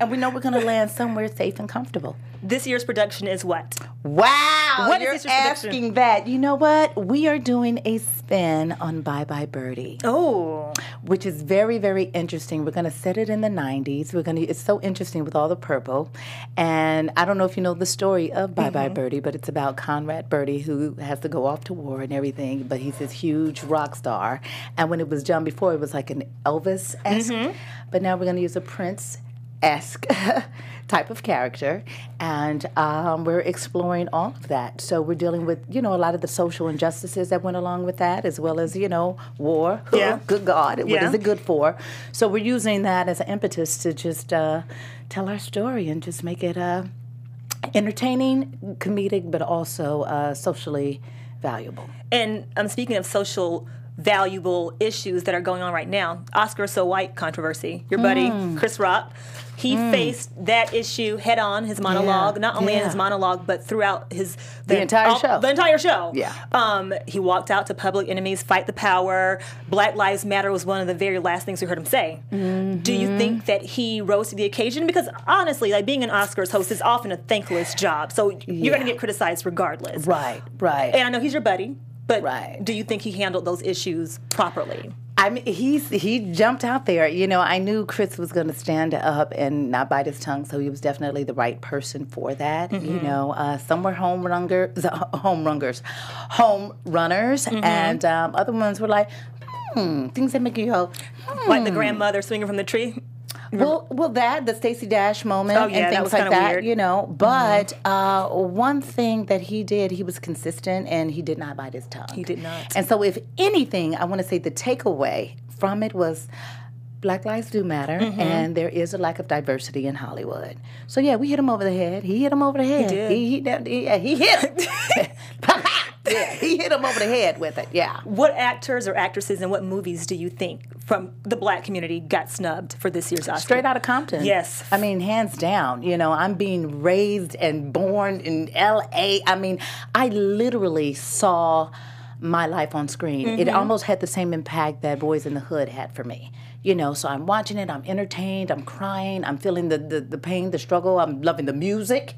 And we know we're going to land somewhere safe and comfortable.
This year's production is what?
Wow,
What is
you're
this your prediction?
asking that. You know what? We are doing a spin on Bye Bye Birdie,
Oh,
which is very, very interesting. We're going to set it in the 90s. We're going to it's so interesting with all the purple. And I don't know if you know the story of Bye Bye Birdie, but it's about Conrad Birdie who has to go off to war and everything, but he's this huge rock star. And when it was done before, it was like an Elvis-esque, but now we're going to use a Prince esque type of character, and um, we're exploring all of that. So we're dealing with you know a lot of the social injustices that went along with that, as well as you know war.
Yeah.
good God, what
Yeah.
is it good for? So we're using that as an impetus to just uh, tell our story and just make it uh, entertaining, comedic, but also uh, socially valuable.
and I'm speaking um, of social valuable issues that are going on right now. Oscar so white controversy. Your buddy
Hmm.
Chris Rock, he faced that issue head on. His monologue, not only in his
yeah.
monologue, but throughout his
The entire show.
The entire show.
Yeah.
Um, he walked out to Public Enemies, Fight the Power. Black Lives Matter was one of the very last things we heard him say. Do you
Mm-hmm.
think that he rose to the occasion? Because honestly, like being an Oscars host is often a thankless job. So you're going to
Yeah.
get criticized regardless.
Right, right.
And I know he's your buddy, but
Right.
do you think he handled those issues properly?
I mean, he's he jumped out there. You know, I knew Chris was going to stand up and not bite his tongue, so he was definitely the right person for that. You know, uh, some were home runners, home runners, home runners, and um, other ones were like, hmm, things that make you go. Hmm.
Like the grandmother swinging from the tree?
Well, well, that the Stacey Dash moment
Oh, yeah,
and
that
things
was
like
kinda
that,
weird. Mm-hmm.
you know. But uh, one thing that he did, he was consistent and he did not bite his tongue. He
did not.
And so, if anything, I want to say the takeaway from it was. Black lives do matter,
Mm-hmm.
and there is a lack of diversity in Hollywood. So yeah, we hit him over the head. He hit him over the head. He
did.
He, he, yeah, he hit him. yeah, he hit him over the head with it. Yeah.
What actors or actresses and what movies do you think from the black community got snubbed for this year's Oscar?
Straight out of Compton.
Yes.
I mean, hands down. You know, I'm being raised and born in LA. I mean, I literally saw my life on screen.
Mm-hmm.
It almost had the same impact that Boys in the Hood had for me. You know, so I'm watching it, I'm entertained, I'm crying, I'm feeling the, the, the pain, the struggle, I'm loving the music.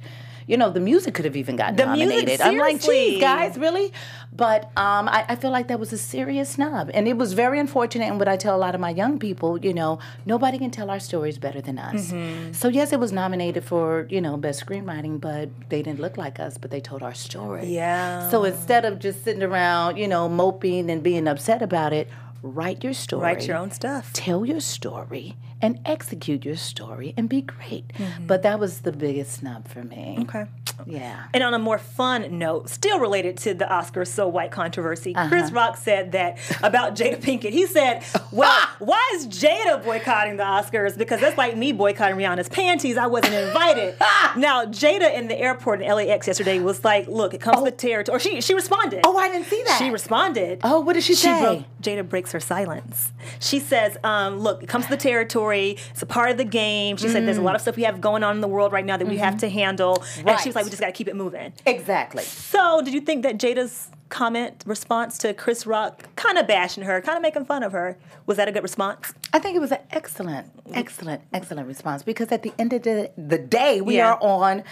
You know, the music could have even gotten
The music,
nominated. I'm like,
seriously.
geez, guys, really? But um, I, I feel like that was a serious snub. And it was very unfortunate. And what I tell a lot of my young people, you know, nobody can tell our stories better than us.
Mm-hmm.
So, yes, it was nominated for, you know, best screenwriting, but they didn't look like us, but they told our story.
Yeah.
So instead of just sitting around, you know, moping and being upset about it, write your story
Write your own stuff.
tell your story and execute your story and be great. But that was the biggest snub for me.
Mm-hmm. Okay.
Yeah.
And on a more fun note, still related to the Oscar so white controversy,
Uh-huh.
Chris Rock said that about Jada Pinkett. He said, "Well,
Ah!"
why is Jada boycotting the Oscars? Because that's like me boycotting Rihanna's panties. I wasn't invited."
Ah!
now, Jada in the airport in LAX yesterday was like, "Look, it comes with territory." Or she she responded.
Oh, I didn't see that.
She responded.
Oh, what did she say?
broke- Jada breaks her silence. She says, um, "Look, it comes to the territory. It's a part of the game." She said, "There's
Mm.
a lot of stuff we have going on in the world right now that we have to handle." And she was
Mm-hmm. Right.
like, "We just got to keep it moving."
Exactly.
So, did you think that Jada's comment response to Chris Rock, kind of bashing her, kind of making fun of her, was that a good response?
I think it was an excellent, excellent, excellent response because at the end of the, the day, we
Yeah.
are on,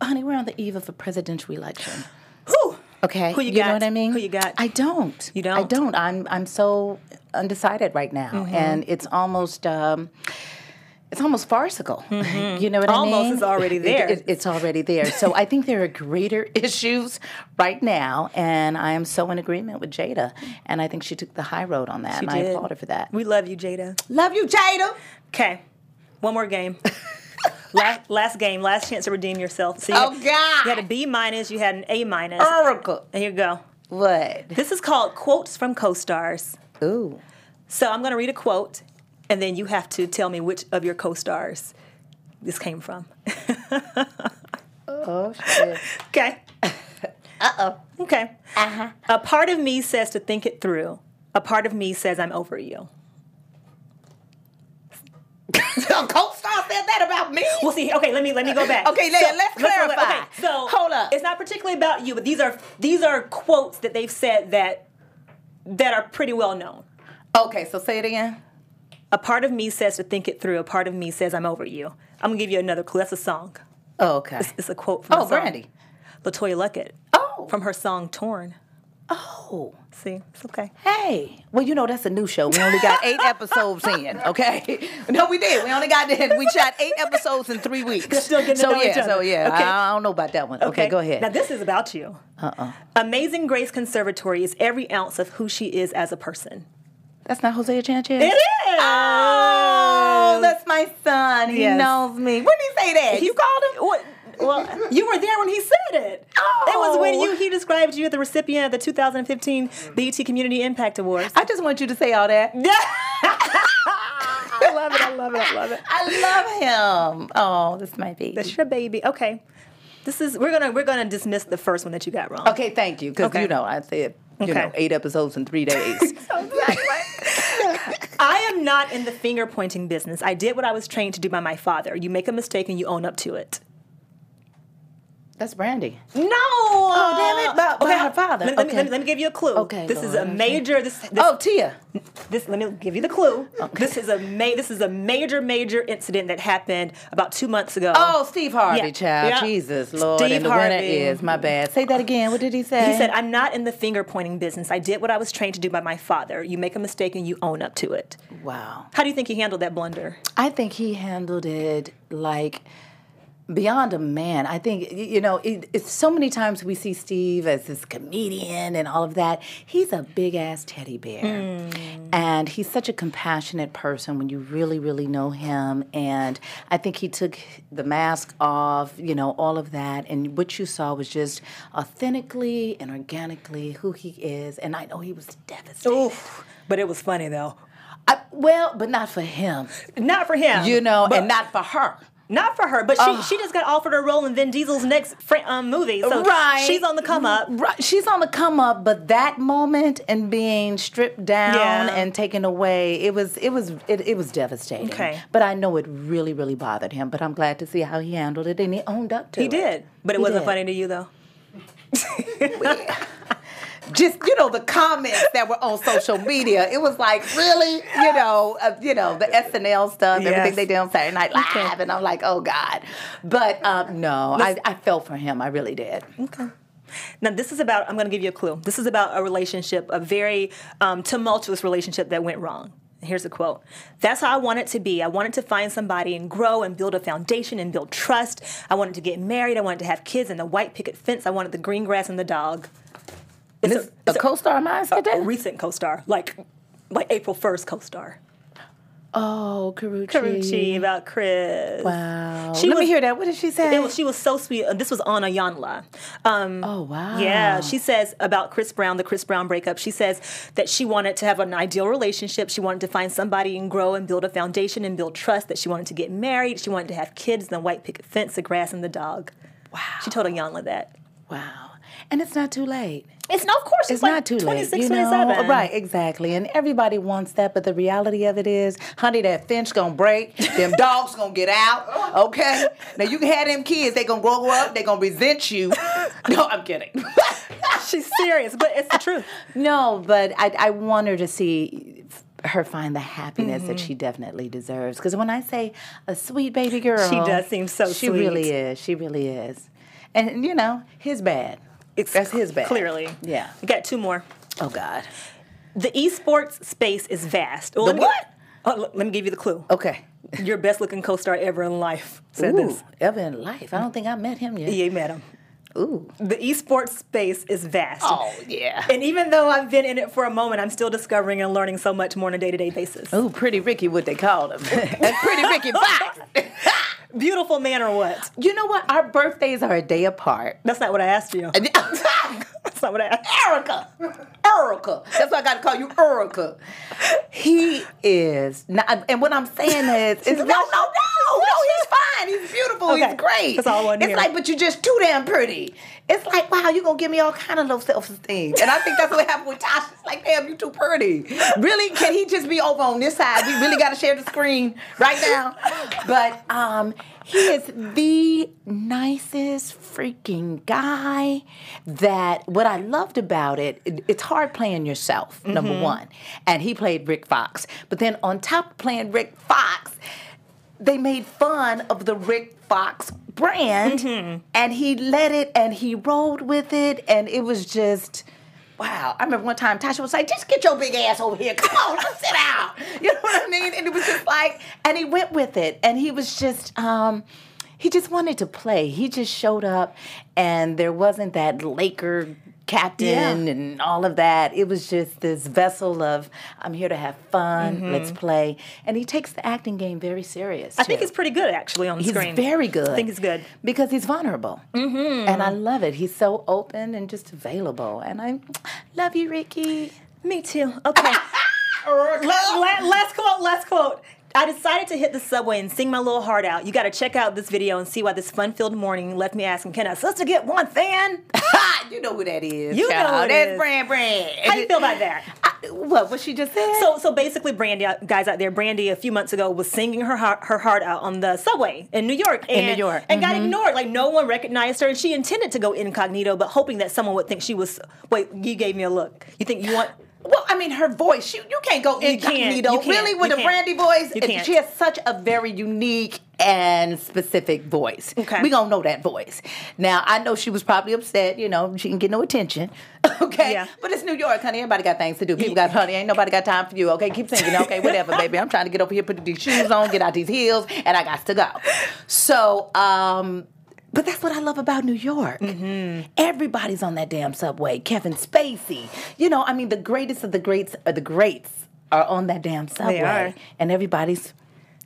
honey, we're on the eve of a presidential election.
Who?
Okay.
Who you
know
got?
what I mean?
Who you got?
I don't.
You
I
don't? Mm-hmm.
don't. I'm I'm so undecided right now. And it's almost um it's almost farcical. You know
Mm-hmm.
what I
Almost
mean?
is already
It-
there.
it- it's already there. So I think there are greater issues right now, and I am so in agreement with Jada. And I think she took the high road on that, and I
did.
applaud her for that.
We love you, Jada.
Love you, Jada.
Okay, one more game. last, last game, last chance to redeem yourself. So you,
Oh, God.
You had a B minus, you had an A minus.
Oracle.
And here you go.
What?
This is called Quotes from Co-Stars.
Ooh.
So I'm going to read a quote, and then you have to tell me which of your co-stars this came from.
Oh shit.
Okay. uh oh. Okay. Uh
Uh-huh.
huh. A part of me says to think it through. A part of me says I'm over you.
Co-star said that about me.
We'll see. Okay, let me let me go back.
Okay, let- let's clarify.
okay, so
Hold up.
It's not particularly about you, but these are these are quotes that they've said that that are pretty well known.
Okay, so say it again.
A part of me says to think it through. A part of me says I'm over you. I'm gonna give you another clue. That's a song.
Oh, Okay.
It's a quote from a
Oh,
song.
Brandy.
Latoya Luckett
Oh.
from her song "Torn."
Oh.
See, it's okay.
Hey, well, you know that's a new show. We only got eight episodes in, okay? No, we did. We only got we shot eight episodes in three weeks.
Still getting to
so
know
yeah,
each other.
so yeah,
Okay.
I, I don't know about that one. Okay, go ahead.
Now this is about you. Uh-uh. Amazing Grace Conservatory is every ounce of who she is as a person.
that's not Hosea Sanchez.
It is.
Oh, that's my son. He
Yes.
knows me. When did he say that? you called him?
What? Well, you were there when he said it. Oh. It was when you he described you as the recipient of the 2015 BET E Community Impact Awards.
I just want you to say all that.
I love it. I love it. I love it.
I love him. Oh, this might be.
That's your baby. Okay. This is we're gonna we're gonna dismiss the first one that you got wrong.
Okay, thank you. Because
Okay.
you know I said you
Okay.
know, eight episodes in three days.
I am not in the finger pointing business. I did what I was trained to do by my father. You make a mistake and you own up to it.
That's Brandy.
No. Oh,
damn it. By- by
okay,
her father.
Let, let me,
Okay.
let, me, let me give you a clue.
Okay,
This is a
Lord.
major. This, this,
Oh, Tia.
this. Let me give you the clue. This is a ma- This is a major, major incident that happened about two months ago.
Oh, Steve Harvey,
Yeah.
child.
Yeah.
Jesus, Lord.
Steve
and the winner
Harvey.
is, my bad. Say that again. What did he say?
He said, "I'm not in the finger pointing business. I did what I was trained to do by my father. You make a mistake and you own up to it."
wow.
How do you think he handled that blunder?
I think he handled it like beyond a man. I think y- you know, it, it's so many times we see Steve as this comedian and all of that. He's a big ass teddy bear,
Hmm.
and he's such a compassionate person when you really, really know him. And I think he took the mask off, you know, all of that, and what you saw was just authentically and organically who he is. And I know he was devastated.
Oof. But it was funny though.
I, well, but not for him,
Not for him.
you know,
but
and not for her.
Not for her, but she, she just got offered a role in Vin Diesel's next fr- um, movie. So
Right. Mm-hmm.
she's on the come up.
Right, she's on the come up, but that moment and being stripped down
Yeah.
and taken away, it was it was it, it was devastating.
Okay.
but I know it really really bothered him. But I'm glad to see how he handled it and he owned up to
He
it.
did, but it
He
wasn't
did.
funny to you though.
Just you know the comments that were on social media, it was like really you know uh, you know the SNL stuff,
Yes.
everything they did on Saturday Night Live, and I'm like oh god, but um, no, I, I felt for him, I really did.
Now this is about. I'm going to give you a clue. This is about a relationship, a very um, tumultuous relationship that went wrong. Here's a quote. That's how I wanted to be. I wanted to find somebody and grow and build a foundation and build trust. I wanted to get married. I wanted to have kids and the white picket fence. I wanted the green grass and the dog.
And
It's
this, a, co-star of mine said
a
that.
recent co-star, like like April 1st co-star.
Oh, Karuchi.
Karuchi about Chris.
Wow.
She
Let me
was-
hear that. What did she say?
It was, she was so sweet. Uh, This was on Ayanla. Um,
oh, wow.
Yeah, she says about Chris Brown, the Chris Brown breakup. She says that she wanted to have an ideal relationship. She wanted to find somebody and grow and build a foundation and build trust. That she wanted to get married. She wanted to have kids. and The white picket fence, the grass, and the dog. Wow. She told Ayanla that.
Wow. And it's not too late.
It's no, of course, it's,
It's
like
not too
26,
late. You know?
27.
Right, exactly. And everybody wants that, but the reality of it is, honey, that finch gonna break, them dogs gonna get out, okay? Now you can have them kids, they gonna grow up, they gonna resent you. No, I'm kidding.
She's serious, but it's the truth.
No, but I, I want her to see her find the happiness that she definitely deserves. Because when I say a sweet baby girl,
She does seem so
she
sweet.
really is. She really is. And you know, his bad.
It's
That's his bad.
Clearly.
Yeah.
We got two more.
Oh God.
The esports space is vast. Well,
The
let me-
what?
Oh, l- let me give you the clue.
Okay.
Your best looking co star ever in life said
Ooh,
this.
ever in life. I don't think I met him yet.
Yeah, madam.
Ooh. Oh.
The esports space is vast.
yeah.
And even though I've been in it for a moment, I'm still discovering and learning so much more on a day to day basis.
Ooh, Pretty Ricky, what they called him. That's Pretty Ricky Fox.
Beautiful man or what?
you know what? Our birthdays are a day apart.
That's not what I asked you. That's not what I asked.
Erica. Erica. That's why I got to call you Erica. He is. Not, and what I'm saying is, is no, no, no, no. He's fine. He's beautiful.
Okay.
He's great.
That's all I wanted to
It's
hear.
like, but you're just too damn pretty. It's like, wow, you're going to give me all kind of low self-esteem. And I think that's what happened with Tasha. It's like, damn, you too pretty. Really? Can he just be over on this side? We really got to share the screen right now. But um, he is the nicest freaking guy that what I loved about it, it- it's hard playing yourself, number one. And he played Rick Fox. But then on top of playing Rick Fox, they made fun of the Rick Fox brand and he let it and he rolled with it and it was just wow. I remember one time Tasha was like, just get your big ass over here. Come on, let's sit down. You know what I mean? And it was just like and he went with it and he was just um he just wanted to play. He just showed up and there wasn't that Laker captain
Yeah.
and all of that. It was just this vessel of I'm here to have fun, let's play. And he takes the acting game very serious.
Mm-hmm. I think
too.
he's pretty good actually on the
He's
screen.
very good.
I think he's good.
because he's vulnerable, mm-hmm. and I love it. He's so open and just available, and I love you, Ricky.
Me too. Okay. La- la- last quote, last quote. I decided to hit the subway and sing my little heart out. You got to check out this video and see why this fun-filled morning left me asking, "Can a sister get one fan?"
you know who that is.
You know
child.
who it
That's
is.
Brand Brand.
How do you feel about that?
I- what? What she just said?
So, so basically, Brandy, uh, guys out there, Brandy a few months ago was singing her heart, her heart out on the subway in New York, and,
New York, Mm-hmm.
and got ignored. Like no one recognized her, and she intended to go incognito, but hoping that someone would think she was. Wait, you gave me a look. You think you want?
Well, I mean, her voice. She, you can't go
You can't.
incognito.
You can't.
Really, with
You
a
can't.
brandy voice,
You
and
can't.
she has such a very unique and specific voice.
Okay.
we gonna know that voice. Now, I know she was probably upset. You know, she didn't get no attention. Okay,
Yeah.
but it's New York, honey. Everybody got things to do. People got honey. Ain't nobody got time for you. Okay, keep singing. Okay, whatever, baby. I'm trying to get over here, put these shoes on, get out these heels, and I got to go. So, um. But that's what I love about New York.
Mm-hmm.
Everybody's on that damn subway. Kevin Spacey. You know, I mean, the greatest of the greats are the greats are on that damn subway.
are.
And everybody's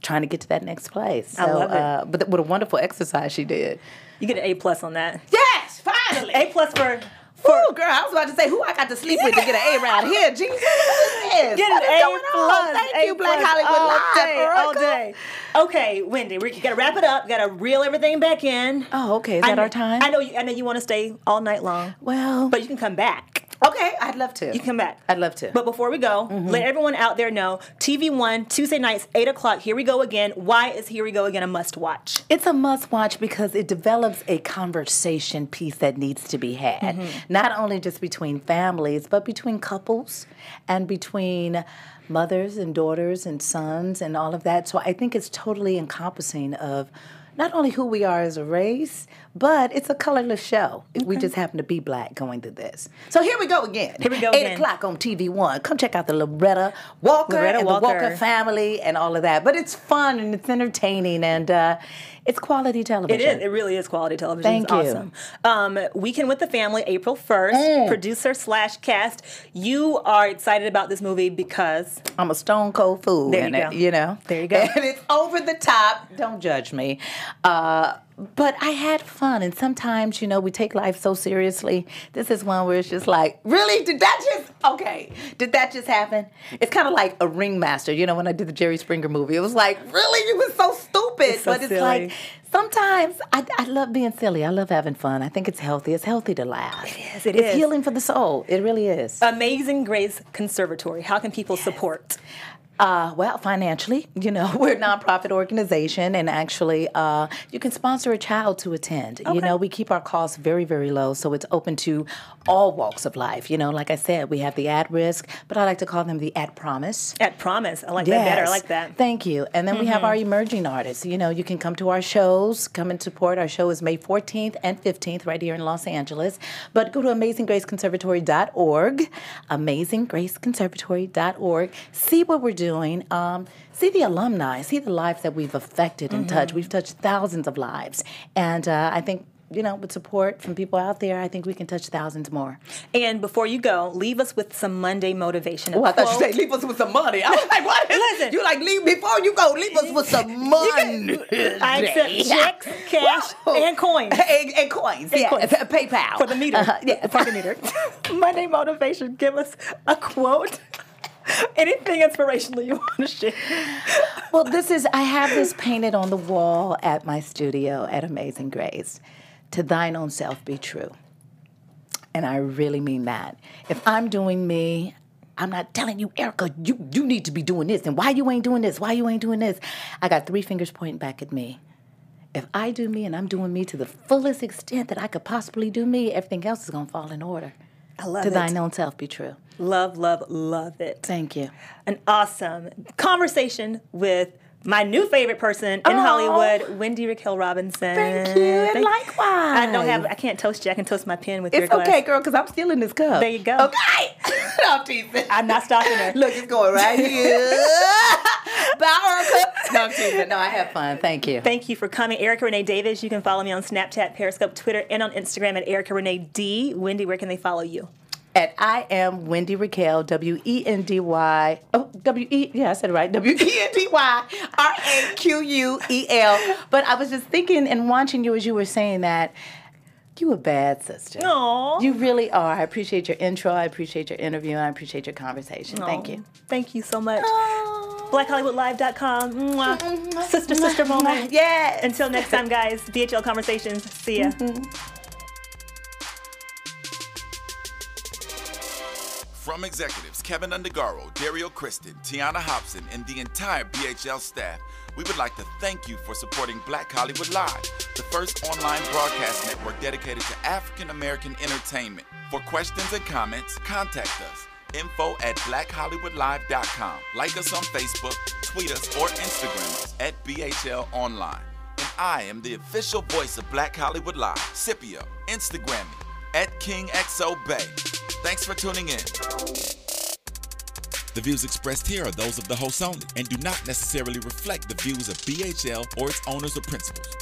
trying to get to that next place.
I love it.
Uh, but th- what a wonderful exercise she did.
You get an A plus on that.
Yes, finally.
A plus for
Ooh, girl, I was about to say who I got to sleep with to get an A round here. Jesus, what is this?
get
What
an
is
A
going on?
plus.
Thank
A
you, Black
plus
Hollywood
all
Live,
day, all
Veronica.
day. Okay, Wendy, we gotta wrap it up. Gotta reel everything back in.
Oh, okay. Is that
I,
our time?
I know. You, I know you want to stay all night long,
Well,
but you can come back.
okay, I'd love to.
You can come back.
I'd love to. Mm-hmm.
But before we go, let everyone out there know TV One, Tuesday nights, 8 o'clock, Here We Go Again. Why is Here We Go Again a must watch?
It's a must watch because it develops a conversation piece that needs to be had,
Mm-hmm.
not only just between families, but between couples and between mothers and daughters and sons and all of that. So I think it's totally encompassing of not only who we are as a race, but it's a colorless show. We just happen to be black going through this. So here we go again.
Here we go
Eight
again.
o'clock on TV One. Come check out the Loretta Walker
Loretta
and the
Walker.
Walker family and all of that. But it's fun and it's entertaining and uh, it's quality television.
It is. It really is quality television.
Thank
it's
you.
awesome. Um, Weekend with the Family, April 1st,
Mm.
producer slash cast. You are excited about this movie because
I'm a stone cold fool
There
in
you go.
it, you know.
There you go.
And it's over the top. Don't judge me. Uh, but I had fun, and sometimes you know we take life so seriously. This is one where it's just like, really, did that just okay? Did that just happen? It's kind of like a ringmaster, you know. When I did the Jerry Springer movie, it was like, really, you was so stupid.
It's so
but it's
silly.
like sometimes I, I love being silly. I love having fun. I think it's healthy. It's healthy to laugh. It
is, it
it's
is.
healing for the soul. It really is.
Amazing Grace Conservatory. How can people support?
Uh, well, financially, you know, we're a nonprofit organization, and actually, uh, you can sponsor a child to attend. You know, we keep our costs very, very low, so it's open to all walks of life. You know, like I said, we have the at risk, but I like to call them the at promise.
At Promise. I like that better. I like that. Mm-hmm.
Thank you. And then we have our emerging artists. You know, you can come to our shows, come and support. Our show is May 14th and 15th right here in Los Angeles. But go to amazinggraceconservatory.org, amazinggraceconservatory.org. See what we're doing. Um, see the alumni, see the lives that we've affected and
Mm-hmm.
touched. We've touched thousands of lives. And uh, I think, you know, with support from people out there, I think we can touch thousands more.
And before you go, leave us with some Monday motivation. A
Well, Oh, I thought
quote.
you said leave us with some money. I was like, what?
Listen.
You like leave before you go, leave us with some money.
I accept checks, cash,
Whoa.
and coins.
And, and coins. yeah.
coins.
PayPal.
for the meter.
Uh-huh, yeah.
for the meter. Monday motivation. Give us a quote. Anything inspirational you want to share.
Well, this is, I have this painted on the wall at my studio at Amazing Grace. To thine own self be true. And I really mean that. If I'm doing me, I'm not telling you, Erica, you, you need to be doing this. And why you ain't doing this? Why you ain't doing this? I got three fingers pointing back at me. If I do me and I'm doing me to the fullest extent that I could possibly do me, everything else is going to fall in order.
I love
to
it.
thine own self be true.
Love, love, love it.
Thank you.
An awesome conversation with my new favorite person in Hollywood, Wendy Raquel Robinson.
Oh. Thank you, and likewise.
I don't have. I can't toast you. I can toast my pen with your
It's
glass.
okay, girl, because I'm still in this cup.
There you go.
Okay. I'm teasing.
I'm not stopping her.
Look, it's going right here. Bow cup. No, I'm teasing. No, I have fun. Thank you.
Thank you for coming, Erica Renee Davis. You can follow me on Snapchat, Periscope, Twitter, and on Instagram at Erica Renee D. Wendy, where can they follow you?
And I am Wendy Raquel, W E N D Y. Oh, W E, yeah, I said it right. W E N D Y R A Q U E L. But I was just thinking and watching you as you were saying that. You a bad sister.
Aw.
You really are. I appreciate your intro. I appreciate your interview. And I appreciate your conversation. Thank
Aw,
you.
Thank you so much. blackhollywoodlive.com. Mwah. Sister, sister moment.
Yeah.
Until next time, guys, DHL Conversations. See ya.
From executives Kevin Undergaro, Dario Kristen, Tiana Hobson, and the entire BHL staff, we would like to thank you for supporting Black Hollywood Live, the first online broadcast network dedicated to African American entertainment. For questions and comments, contact us. Info at blackhollywoodlive.com. Like us on Facebook, tweet us, or Instagram us at BHL Online. And I am the official voice of Black Hollywood Live, Scipio, Instagram me at King XO Bay. Thanks for tuning in. The views expressed here are those of the hosts only and do not necessarily reflect the views of BHL or its owners or principals.